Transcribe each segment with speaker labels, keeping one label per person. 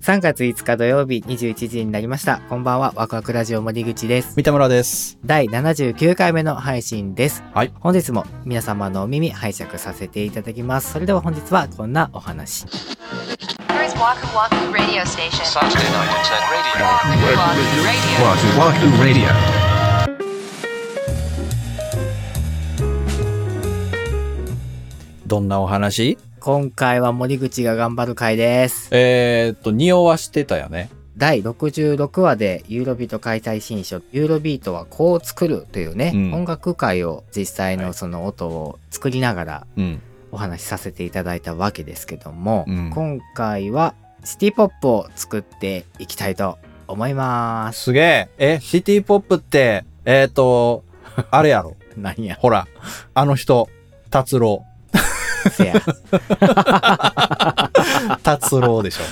Speaker 1: 3月5日土曜日21時になりました。こんばんは、ワクワクラジオ森口です。
Speaker 2: 三田村です。
Speaker 1: 第79回目の配信です。
Speaker 2: はい
Speaker 1: 本日も皆様のお耳拝借させていただきます。それでは本日はこんなお話。
Speaker 3: Here's Waku Waku Radio Station.
Speaker 4: Saturday night at 10 radio.
Speaker 3: Waku Waku Radio.
Speaker 5: Wahoo Wahoo Radio.
Speaker 2: どんなお話
Speaker 1: 今回は森口が頑張る回です。
Speaker 2: えー、っと、匂わしてたよね。
Speaker 1: 第66話でユーロビート解体新書「ユーロビートはこう作る」というね、
Speaker 2: うん
Speaker 1: 音楽会を実際
Speaker 2: は
Speaker 1: の
Speaker 2: い
Speaker 1: その音を作りながら
Speaker 2: うん。
Speaker 1: お話しさせていただいたわけですけども、
Speaker 2: うん
Speaker 1: 今回はシティポップを作っていきたいと思います。
Speaker 2: すげえ。え、シティポップって、えー、っと、 あれやろ。
Speaker 1: 何や
Speaker 2: ほら、あの人、達郎。
Speaker 1: せや
Speaker 2: 達郎で しょ。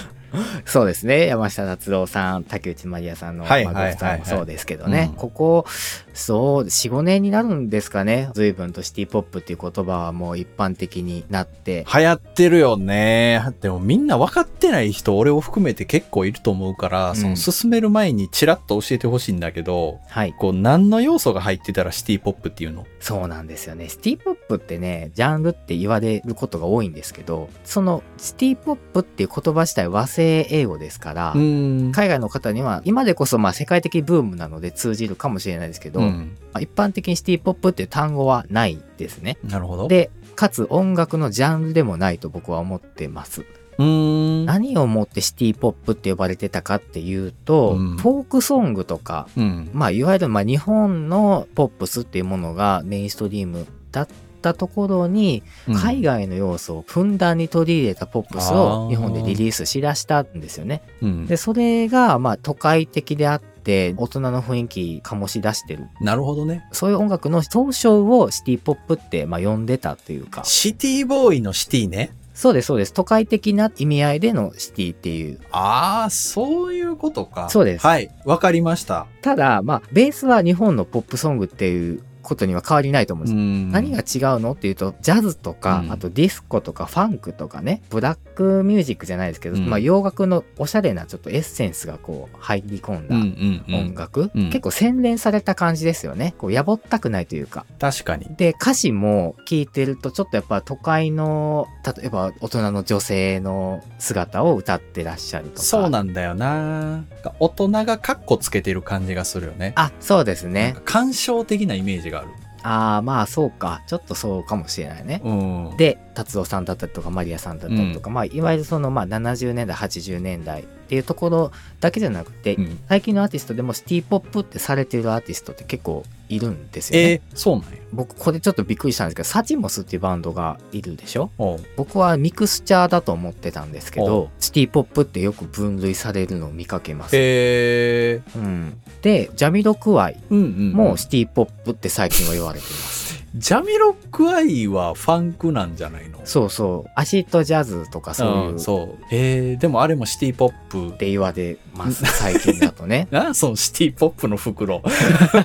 Speaker 1: そうですね山下達郎さん竹内まりやさんの
Speaker 2: はい
Speaker 1: 孫さんもそうですけどね、
Speaker 2: はいはいはいうん
Speaker 1: ここそう45年になるんですかね随分とシティポップっていう言葉はもう一般的になって
Speaker 2: 流行ってるよね。でもみんな分かってない人、俺を含めて結構いると思うから、
Speaker 1: ん
Speaker 2: その進める前にチラッと教えてほしいんだけど、
Speaker 1: はい
Speaker 2: こう、何の要素が入ってたらシティポップっていうの
Speaker 1: そうなんですよね。シティポップってね、ジャンルって言われることが多いんですけど、そのシティポップっていう言葉自体和製英語ですから、
Speaker 2: ん
Speaker 1: 海外の方には今でこそまあ世界的ブームなので通じるかもしれないですけど、
Speaker 2: う
Speaker 1: ま
Speaker 2: ん。
Speaker 1: あ一般的にシティポップっていう単語はないですね。
Speaker 2: なるほど。、
Speaker 1: で、かつ音楽のジャンルでもないと僕は思ってます。
Speaker 2: うーん。
Speaker 1: 何をもってシティポップって呼ばれてたかっていうと、
Speaker 2: うん
Speaker 1: フォークソングとか
Speaker 2: うん。
Speaker 1: まあ、いわゆるまあ日本のポップスっていうものがメインストリームだったところに
Speaker 2: うん
Speaker 1: 海外の要素をふんだんに取り入れたポップス
Speaker 2: あ
Speaker 1: を
Speaker 2: ー
Speaker 1: 日本でリリースしだしたんですよね。
Speaker 2: うん
Speaker 1: でそれがまあ都会的であって大人の雰囲気醸し出してる
Speaker 2: なるほどね。
Speaker 1: そういう音楽の総称をシティポップってまあ呼んでたというか
Speaker 2: シティボーイのシティね。
Speaker 1: そうですそうです都会的な意味合いでのシティっていう
Speaker 2: ああ、そういうことか。
Speaker 1: そうです
Speaker 2: はい、わかりました。
Speaker 1: ただまあベースは日本のポップソングっていうことには変わりないと思うんです
Speaker 2: ん
Speaker 1: 何が違うのっていうとジャズとか、
Speaker 2: うん
Speaker 1: あとディスコとかファンクとかねブラックミュージックじゃないですけど、
Speaker 2: うん
Speaker 1: まあ、洋楽のおしゃれなちょっとエッセンスがこう入り込
Speaker 2: うん
Speaker 1: ん
Speaker 2: う
Speaker 1: だ
Speaker 2: んう
Speaker 1: 音
Speaker 2: ん。
Speaker 1: 楽、
Speaker 2: うん
Speaker 1: 結構洗練された感じですよねこうやぼったくないというか
Speaker 2: 確かに。
Speaker 1: で歌詞も聞いてるとちょっとやっぱ都会の例えば大人の女性の姿を歌ってらっしゃるとか
Speaker 2: そうなんだよな。大人がカッコつけてる感じがするよね。
Speaker 1: あそうですね
Speaker 2: なんか感傷的なイメージがある。
Speaker 1: ああまあそうかちょっとそうかもしれないね
Speaker 2: うん。
Speaker 1: で達夫さんだったりとかマリアさんだったりとか、まあ、いわゆるその、まあ、70年代80年代っていうところだけじゃなくて、
Speaker 2: うん
Speaker 1: 最近のアーティストでもシティ・ポップってされてるアーティストって結構いるんですよね。
Speaker 2: えー、そうなんや。
Speaker 1: 僕これちょっとびっくりしたんですけどサチモスっていうバンドがいるでしょ
Speaker 2: おう
Speaker 1: 僕はミクスチャーだと思ってたんですけ
Speaker 2: お
Speaker 1: ど
Speaker 2: う
Speaker 1: シティ・ポップってよく分類されるのを見かけます。
Speaker 2: えー、
Speaker 1: うん、でジャミロクワイ
Speaker 2: うんうん。
Speaker 1: もシティ・ポップって最近は言われています。
Speaker 2: ジャミロックアイはファンクなんじゃないの
Speaker 1: そうそうアシッドジャズとかそういう、
Speaker 2: んそう。えー、でもあれもシティポップ
Speaker 1: って言われます最近だとね
Speaker 2: なそのシティポップの袋。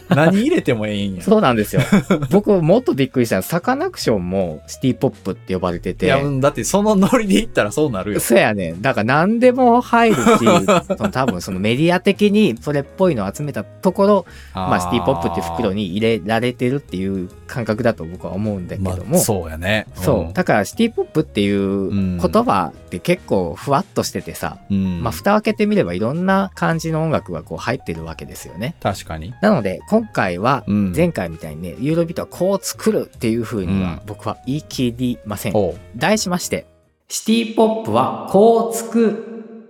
Speaker 2: 何入れてもええん や。
Speaker 1: そうなんですよ僕もっとびっくりしたのサカナクションもシティポップって呼ばれて
Speaker 2: い
Speaker 1: て
Speaker 2: や、うんだってそのノリで行ったらそうなるよ。
Speaker 1: そうやねんだから何でも入る っていうその多分そのメディア的にそれっぽいのを集めたところまあシティポップっていう袋
Speaker 2: に
Speaker 1: に入れられてるっていう感覚だと僕は思うんだけども、そう
Speaker 2: そうやね。
Speaker 1: だからシティポップっていう言葉って結構ふわっとしててさ、
Speaker 2: うん。うん
Speaker 1: まあ蓋を開けてみればいろんな感じの音楽がこう入ってるわけですよね
Speaker 2: 確かに。
Speaker 1: なので今回は
Speaker 2: うん
Speaker 1: 前回みたいにね、ユーロビートはこう作るっていう風には
Speaker 2: う
Speaker 1: 僕は言い切りません。
Speaker 2: おう
Speaker 1: 題しまして、シティポップはこう作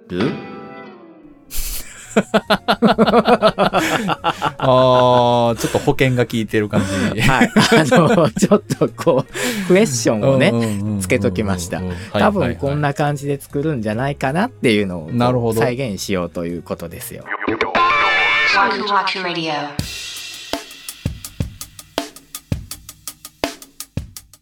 Speaker 1: る
Speaker 2: あーちょっと保険が効いてる感 じ。
Speaker 1: はい。あの、ちょっとこう、クエスチョンをね、
Speaker 2: ね
Speaker 1: つけときました多分こん。な感じで作るんじゃないかなっていうのを
Speaker 2: なるほど
Speaker 1: 再現しようということですよ。
Speaker 3: Waku Waku Radio.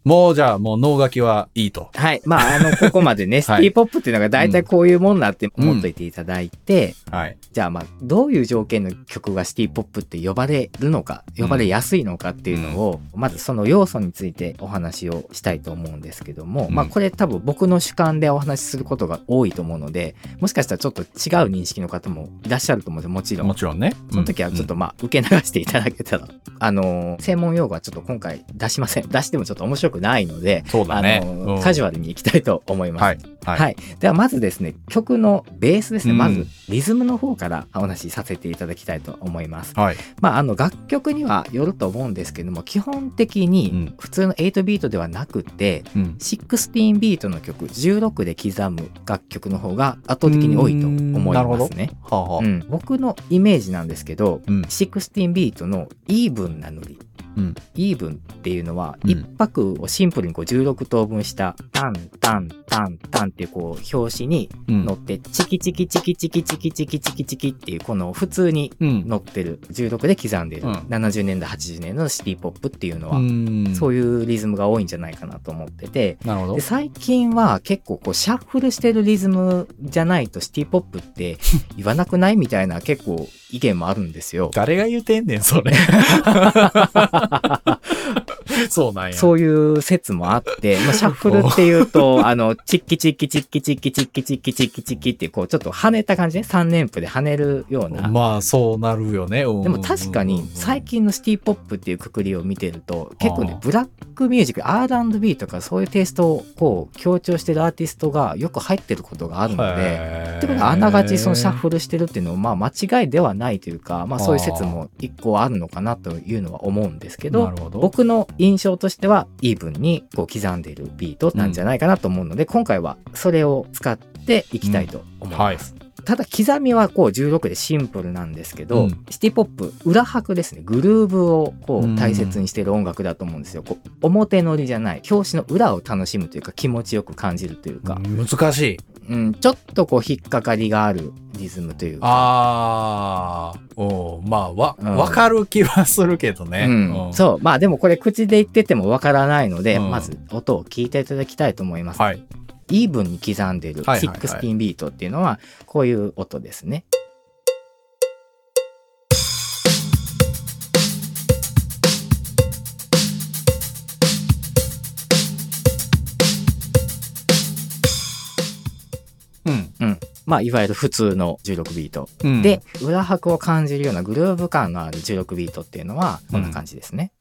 Speaker 2: もうじゃあもう脳書きはいいと。
Speaker 1: はい。まあ、あの、ここま でね、シテ
Speaker 2: はい
Speaker 1: ィポップっていうのが大体こういうもんだって思っといていただいて、
Speaker 2: はい。
Speaker 1: じゃあまあ、どういう条件の曲がシティポップって呼ばれるのか、呼ばれやすいのかっていうのを、まずその要素についてお話をしたいと思うんですけども、
Speaker 2: うん
Speaker 1: まあ、これ多分僕の主観でお話しすることが多いと思うので、もしかしたらちょっと違う認識の方もいらっしゃると思うんですもちろん
Speaker 2: も。ちろんね。
Speaker 1: その時はちょっとまあ受け流していただけたら、あのー専門用語はちょっと今回出しません出してもちょっと面白くないので、
Speaker 2: うんそうだ
Speaker 1: あ
Speaker 2: ね。
Speaker 1: のー
Speaker 2: うん
Speaker 1: カジュアルにいきたいと思います、
Speaker 2: はい。はい。
Speaker 1: はいではまずですね曲のベースですね、
Speaker 2: うん
Speaker 1: まずリズムの方からお話しさせていただきたいと思います
Speaker 2: はい。
Speaker 1: まああの楽曲にはよると思うんですけども基本的
Speaker 2: う
Speaker 1: に
Speaker 2: ん
Speaker 1: 普通の8ビートではなくて
Speaker 2: うん。
Speaker 1: 16ビートの曲16で刻む楽曲の方が圧倒的に多いと思いますね
Speaker 2: はあはあ
Speaker 1: うん、僕のイメージなんですけど、
Speaker 2: うん
Speaker 1: 16ビートのイーブンなノリ、
Speaker 2: うん
Speaker 1: イーブンっていうのは
Speaker 2: うん
Speaker 1: 一拍をシンプルにこう16等分したタンタンタンタンっていうこう表紙に
Speaker 2: うん
Speaker 1: 乗ってチキチキチキチキチキチキチキチキっていうこの普通に
Speaker 2: うん。
Speaker 1: 乗ってる16で刻んでる、
Speaker 2: うん
Speaker 1: 70年代80年代のシティポップっていうのは、
Speaker 2: うん
Speaker 1: そういうリズムが多いんじゃないかなと思ってて、
Speaker 2: なるほど
Speaker 1: で。最近は結構こうシャッフルしてるリズムじゃないとシティポップ って言わなくないみたいな結構意見もあるんですよ。
Speaker 2: 誰が言うてんねん、それ。そうなんや。
Speaker 1: そういう説もあって、 まあ、シャッフルっていうと、あの、チッキチッキチッキチッキチッキチッキチッキチッキって、こう、ちょっと跳ねた感じね。3連符で跳ねるような。
Speaker 2: まあ、そうなるよね。で
Speaker 1: でも確かに、最近のシティポップっていうくくりを見てると、結構ね
Speaker 2: あ、ー
Speaker 1: ブラックミュージック、R&B とかそういうテイストをこう、強調してるアーティストがよく入ってることがあるので、
Speaker 2: で
Speaker 1: ってことはあながちそのシャッフルしてるっていうのはまあ間違いではないというか、まあ、そういう説も一個あるのかなというのは思うんですけど
Speaker 2: なるほど
Speaker 1: 僕の印象としてはイーブンにこう刻んでいるビートなんじゃないかなと思うので、今回はそれを使っていきたいと思います。ただ刻みはこう16でシンプルなんですけど、
Speaker 2: うん
Speaker 1: シティポップ裏拍ですねグルーブをこう大切にしている音楽だと思うんですよ。こう表乗りじゃない表紙の裏を楽しむというか気持ちよく感じるというか、
Speaker 2: 難しい。
Speaker 1: うん、ちょっとこう引っかかりがあるリズムというか。
Speaker 2: ああ、おうまあ、わ、
Speaker 1: うん
Speaker 2: わかる気はするけどね。
Speaker 1: うん、
Speaker 2: うん
Speaker 1: そうまあでもこれ口で言っててもわからないので、
Speaker 2: うん
Speaker 1: まず音を聞いていただきたいと思います、
Speaker 2: はい。
Speaker 1: イーブンに刻んでる
Speaker 2: はいはいはい
Speaker 1: 16ビートっていうのはこういう音ですね、
Speaker 2: うん。
Speaker 1: うんまあいわゆる普通の16ビート、
Speaker 2: うん、
Speaker 1: で裏拍を感じるようなグルーヴ感のある16ビートっていうのはこんな感じですね、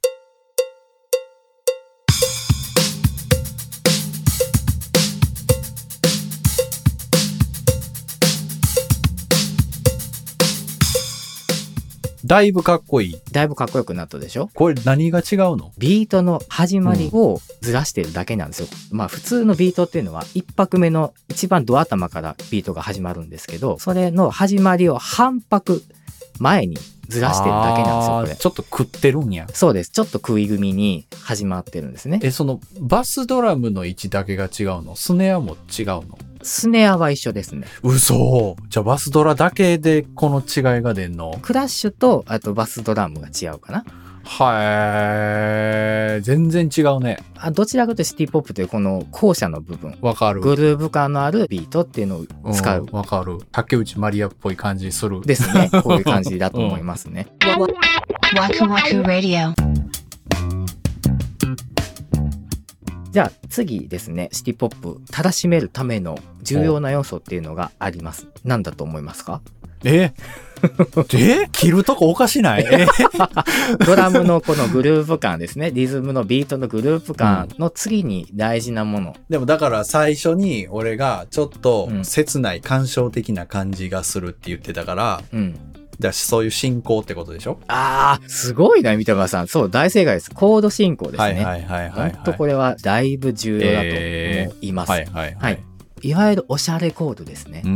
Speaker 2: だいぶかっこいい。
Speaker 1: だいぶかっこよくなったでしょ
Speaker 2: これ何が違うの
Speaker 1: ビートの始まりをずらしてるだけなんですよ。まあ普通のビートっていうのは一拍目の一番ド頭からビートが始まるんですけど、それの始まりを半拍前にずらしてるだけなんですよ、こ
Speaker 2: あー
Speaker 1: れ。
Speaker 2: ちょっと食ってるんや。
Speaker 1: そうです。ちょっと食い組みに始まってるんですね。
Speaker 2: え、その、バスドラムの位置だけが違うのスネアも違うの
Speaker 1: スネアは一緒ですね。
Speaker 2: 嘘じゃあバスドラだけでこの違いが出んの
Speaker 1: クラッシュと、あとバスドラムが違うかな。
Speaker 2: はい。全然違うね。
Speaker 1: あどちらかというとシティポップというこの後者の部分。
Speaker 2: わかる。
Speaker 1: グルーヴ感のあるビートっていうのを使う
Speaker 2: うん。わかる。竹内まりやっぽい感じする。
Speaker 1: です ね。こういう感じだと思いますね。
Speaker 3: Waku Waku Radio.
Speaker 1: じゃあ次ですね、シティポップ、たらしめるための重要な要素っていうのがあります。何だと思いますか
Speaker 2: ええ着るとこおかしないえ
Speaker 1: ドラムのこのグルーヴ感ですね、リズムのビートのグルーヴ感の次に大事なもの。
Speaker 2: でもだから最初に俺がちょっと
Speaker 1: うん
Speaker 2: 切ない感傷的な感じがするって言ってたから、
Speaker 1: うん。
Speaker 2: だしそういう進行ってことでしょ
Speaker 1: あー、すごいな、三鷹さん。そう、大正解です。コード進行ですね。
Speaker 2: はいはいはいはい、はい。
Speaker 1: ほんとこれはだいぶ重要だと思います。
Speaker 2: はいはいは
Speaker 1: はいい。いわゆるおしゃれコードですね
Speaker 2: うー。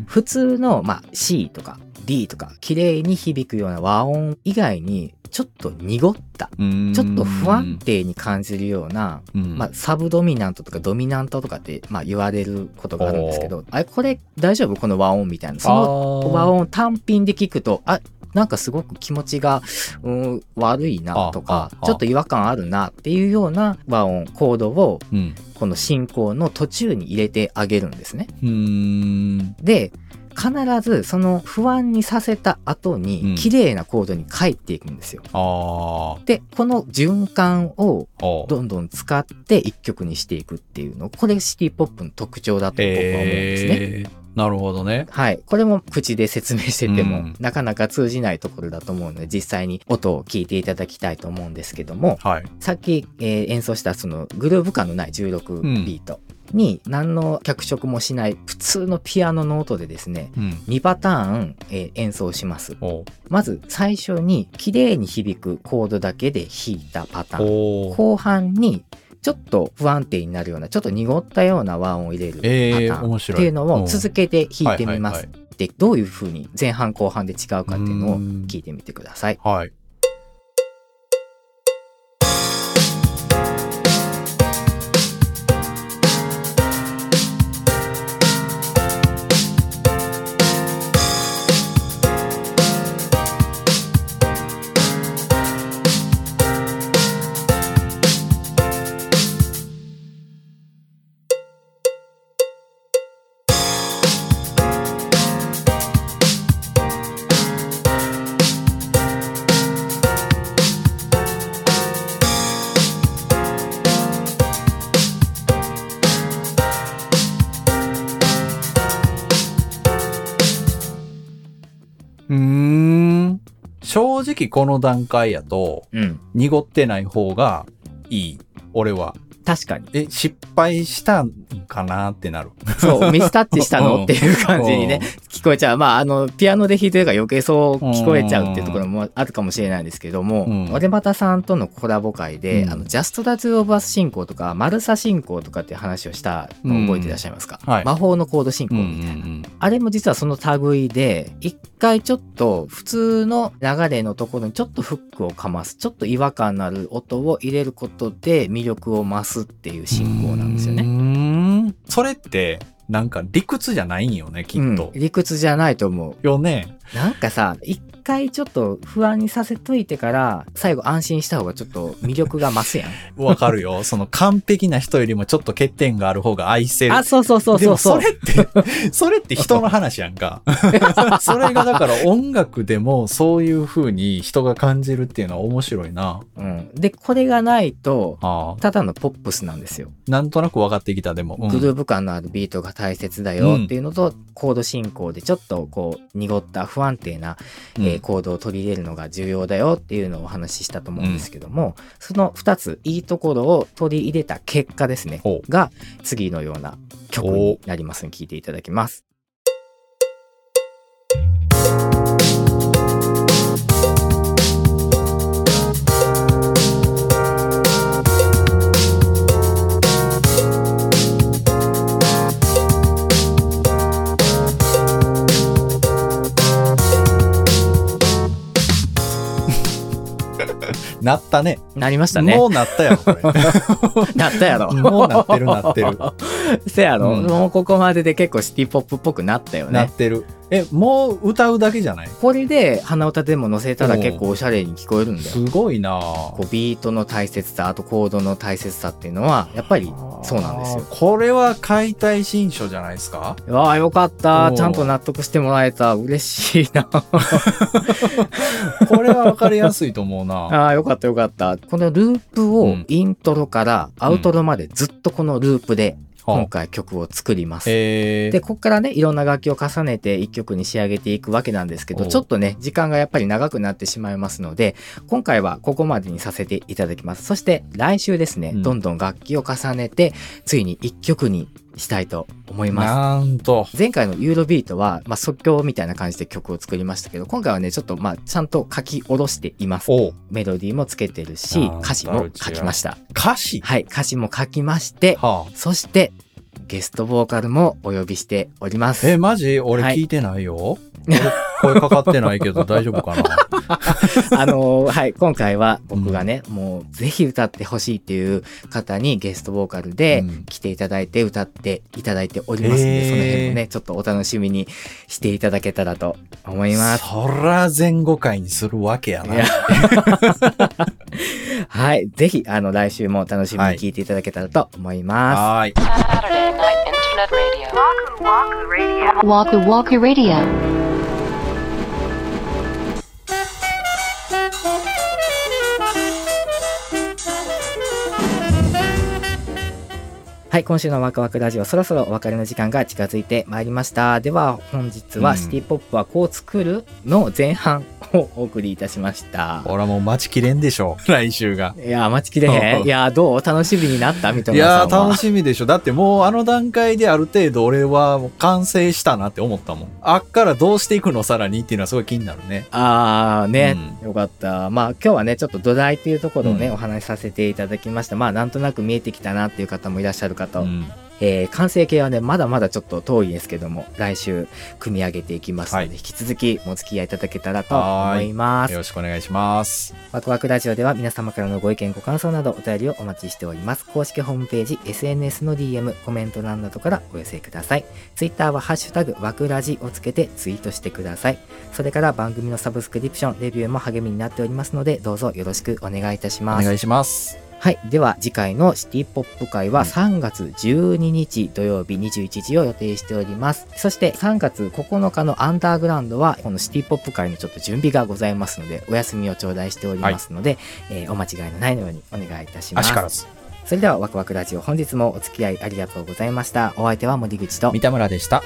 Speaker 2: ん。
Speaker 1: 普通の、まあ、C とか D とか綺麗に響くような和音以外にちょっと濁った
Speaker 2: うん
Speaker 1: ちょっと不安定に感じるような、
Speaker 2: うん
Speaker 1: まあ、サブドミナントとかドミナントとかって、まあ、言われることがあるんですけどあれこれ大丈夫この和音みたいなその
Speaker 2: の
Speaker 1: 和音単品で聞くとあなんかすごく気持ちが、うん、悪いなとか
Speaker 2: あああ
Speaker 1: ちょっと違和感あるなっていうような和音コードを
Speaker 2: うん
Speaker 1: この進行の途中に入れてあげるんですね。
Speaker 2: うん
Speaker 1: で必ずその不安にさせた後
Speaker 2: うん
Speaker 1: に綺麗なコードに帰っていくんですよ。
Speaker 2: あー
Speaker 1: でこの循環を
Speaker 2: あー
Speaker 1: どんどん使って一曲にしていくっていうのこれシティ・ポップの特徴だと僕は思うんですね。
Speaker 2: えーなるほどね
Speaker 1: はい。これも口で説明してても、
Speaker 2: うん
Speaker 1: なかなか通じないところだと思うので、実際に音を聞いていただきたいと思うんですけども、
Speaker 2: はい
Speaker 1: さっき、えー演奏したそのグルーヴ感のない16ビートに何の脚色もしない普通のピアノの音でですね、
Speaker 2: うん
Speaker 1: 2パターン、えー演奏します。
Speaker 2: おう
Speaker 1: まず最初に綺麗に響くコードだけで弾いたパターン。
Speaker 2: おう
Speaker 1: 後半にちょっと不安定になるようなちょっと濁ったような和音を入れるパタ
Speaker 2: えー
Speaker 1: ーン
Speaker 2: 面
Speaker 1: って
Speaker 2: 白い
Speaker 1: いうのを続けて弾いてみま
Speaker 2: は
Speaker 1: す
Speaker 2: い。
Speaker 1: でどういう風に前半後半で違うかっていうのを
Speaker 2: うん
Speaker 1: 聞いてみてください。
Speaker 2: はいうーん正直この段階やと
Speaker 1: うん、
Speaker 2: 濁ってない方がいい俺は
Speaker 1: 確かに
Speaker 2: え失敗したんかなってなる
Speaker 1: そうミスタッチした
Speaker 2: うん
Speaker 1: のっていう感じにね聞こえちゃうまああのピアノで弾いてるから余計そう聞こえちゃうっていうところもあるかもしれないですけども
Speaker 2: うん
Speaker 1: 俺又さんとのコラボ会で「
Speaker 2: うん
Speaker 1: あのジャスト・ダ・ツー・オブ・アス進行」とか「マルサ進行」とかっていう話をしたのを覚えていらっしゃいますか、
Speaker 2: うんはい
Speaker 1: 魔法のコード進
Speaker 2: う
Speaker 1: 行
Speaker 2: んう
Speaker 1: みたいな。
Speaker 2: ん
Speaker 1: あれも実はその類で、一回ちょっと普通の流れのところにちょっとフックをかます、ちょっと違和感のある音を入れることで魅力を増すっていう進行なんですよ
Speaker 2: う
Speaker 1: ね。
Speaker 2: ーんそれってなんか理屈じゃないんよねきっと、
Speaker 1: うん理屈じゃないと思う。
Speaker 2: よね
Speaker 1: なんかさ、一回ちょっと不安にさせといてから、最後安心した方がちょっと魅力が増すやん。
Speaker 2: わかるよその完璧な人よりもちょっと欠点がある方が愛せる
Speaker 1: あ、そうそうそう
Speaker 2: で
Speaker 1: そ
Speaker 2: も
Speaker 1: うそ。
Speaker 2: そう れって、それって人の話やんか。 それがだから音楽でもそういう風に人が感じるっていうのは面白いな。
Speaker 1: うん。で、これがないと、
Speaker 2: ああ
Speaker 1: ただのポップスなんですよ。
Speaker 2: なんとなく分かってきたでも。うん
Speaker 1: グルーヴ感のあるビートが大切だよっていうのと、コード進行でちょっとこう濁った不安定な、
Speaker 2: うん
Speaker 1: えーコードを取り入れるのが重要だよっていうのをお話ししたと思うんですけども、その2ついいところを取り入れた結果ですね
Speaker 2: ほ
Speaker 1: が次のような曲になりますので聴いていただきます。
Speaker 2: なったね。
Speaker 1: なりましたね
Speaker 2: も。うなったやろ、 これ。
Speaker 1: なったやろ。
Speaker 2: もうなってるな ってる。
Speaker 1: せやろ、
Speaker 2: うん
Speaker 1: もうここまでで結構シティポップっぽくなったよ
Speaker 2: な
Speaker 1: ね
Speaker 2: っ。てる。え、もう歌うだけじゃない
Speaker 1: これで鼻歌でも乗せたら結構おしゃれに聞こえるんだよ。
Speaker 2: すごいな
Speaker 1: こうビートの大切さあとコードの大切さっていうのはやっぱりそうなんですよ。
Speaker 2: これは解体新書じゃないですか
Speaker 1: わあよかった
Speaker 2: おー
Speaker 1: ちゃんと納得してもらえた嬉し いな
Speaker 2: これは分かりやすいと思うな。
Speaker 1: あーよかったよかったこのループ
Speaker 2: う
Speaker 1: を
Speaker 2: ん
Speaker 1: イントロからアウトロまでずっとこのループで今
Speaker 2: は
Speaker 1: 回曲を作ります。
Speaker 2: え
Speaker 1: で
Speaker 2: ー、
Speaker 1: ここからねいろんな楽器を重ねて一曲に仕上げていくわけなんですけど
Speaker 2: おう
Speaker 1: ちょっとね時間がやっぱり長くなってしまいますので今回はここまでにさせていただきますそして来週ですね、
Speaker 2: うん
Speaker 1: どんどん楽器を重ねてついに一曲にしたいと思います。
Speaker 2: なんと。
Speaker 1: 前回のユーロビートは、まあ、即興みたいな感じで曲を作りましたけど今回はねちょっとまあちゃんと書き下ろしています
Speaker 2: おう
Speaker 1: メロディーもつけてるし
Speaker 2: あー
Speaker 1: 歌詞も書きました
Speaker 2: 歌詞
Speaker 1: はい歌詞も書きまして
Speaker 2: はあ。
Speaker 1: そしてゲストボーカルもお呼びしております
Speaker 2: え、マジ俺
Speaker 1: はい
Speaker 2: 聞いてないよ、俺声かかってないけど大丈夫かな
Speaker 1: あのーはい、今回は僕がね、もうぜひ歌ってほしいっていう方にゲストボーカルで
Speaker 2: うん
Speaker 1: 来ていただいて歌っていただいておりますんで、
Speaker 2: へー
Speaker 1: その辺もね、ちょっとお楽しみにしていただけたらと思います。
Speaker 2: そら前後回にするわけや
Speaker 1: いや
Speaker 2: な。
Speaker 1: はい、ぜひ、あの、来週も楽しみに聞いていただけたらと思います。
Speaker 2: はーい。
Speaker 4: Saturday Night Internet Radio.
Speaker 3: Waku Waku Radio.
Speaker 1: はい、今週のワクワクラジオ、そろそろお別れの時間が近づいてまいりました。では、本日
Speaker 2: う
Speaker 1: は
Speaker 2: ん
Speaker 1: シティポップはこう作るの前半をお送りいたしました。
Speaker 2: 俺はもう待ちきれんでしょう。来週が。
Speaker 1: いやー、待ちきれへん。いやー、どう楽しみになったみたい
Speaker 2: い
Speaker 1: な。
Speaker 2: やー楽
Speaker 1: し
Speaker 2: しみでしょ。だってもうあの段階である程度俺はもう完成したなって思ったもん。あっからどうしていくのさらにっていうのはすごい気になるね。
Speaker 1: あーね、よかった。まあ、今日はね、ちょっと土台っていうところをね、
Speaker 2: うん
Speaker 1: お話しさせていただきました。まあ、なんとなく見えてきたなっていう方もいらっしゃるかと。
Speaker 2: うん
Speaker 1: えー完成形はね、まだまだちょっと遠いですけども、来週、組み上げていきますので、
Speaker 2: はい
Speaker 1: 引き続き、お付き合いいただけたらと
Speaker 2: は
Speaker 1: 思
Speaker 2: ーい
Speaker 1: います
Speaker 2: よ。ろしくお願いします。
Speaker 1: ワクワクラジオでは皆様からのご意見、ご感想などお便りをお待ちしております。公式ホームページ、SNS の DM、コメント欄などからお寄せください。Twitter はハッシュタグ、ワクラジをつけてツイートしてください。それから番組のサブスクリプション、レビューも励みになっておりますので、どうぞよろしくお願いいたし
Speaker 2: お
Speaker 1: ます。
Speaker 2: 願いします。
Speaker 1: はい。では、次回のシティポップ会は
Speaker 2: うん
Speaker 1: 3月12日土曜日21時を予定しております。そして3月9日のアンダーグラウンドは、このシティポップ会のちょっと準備がございますので、お休みを頂戴しておりますので、えーお間違いのないようにお願いいたしま
Speaker 2: あ
Speaker 1: す
Speaker 2: し。からず。
Speaker 1: それでは、ワクワクラジオ本日もお付き合いありがとうございました。お相手は森口と
Speaker 2: 三田村でした。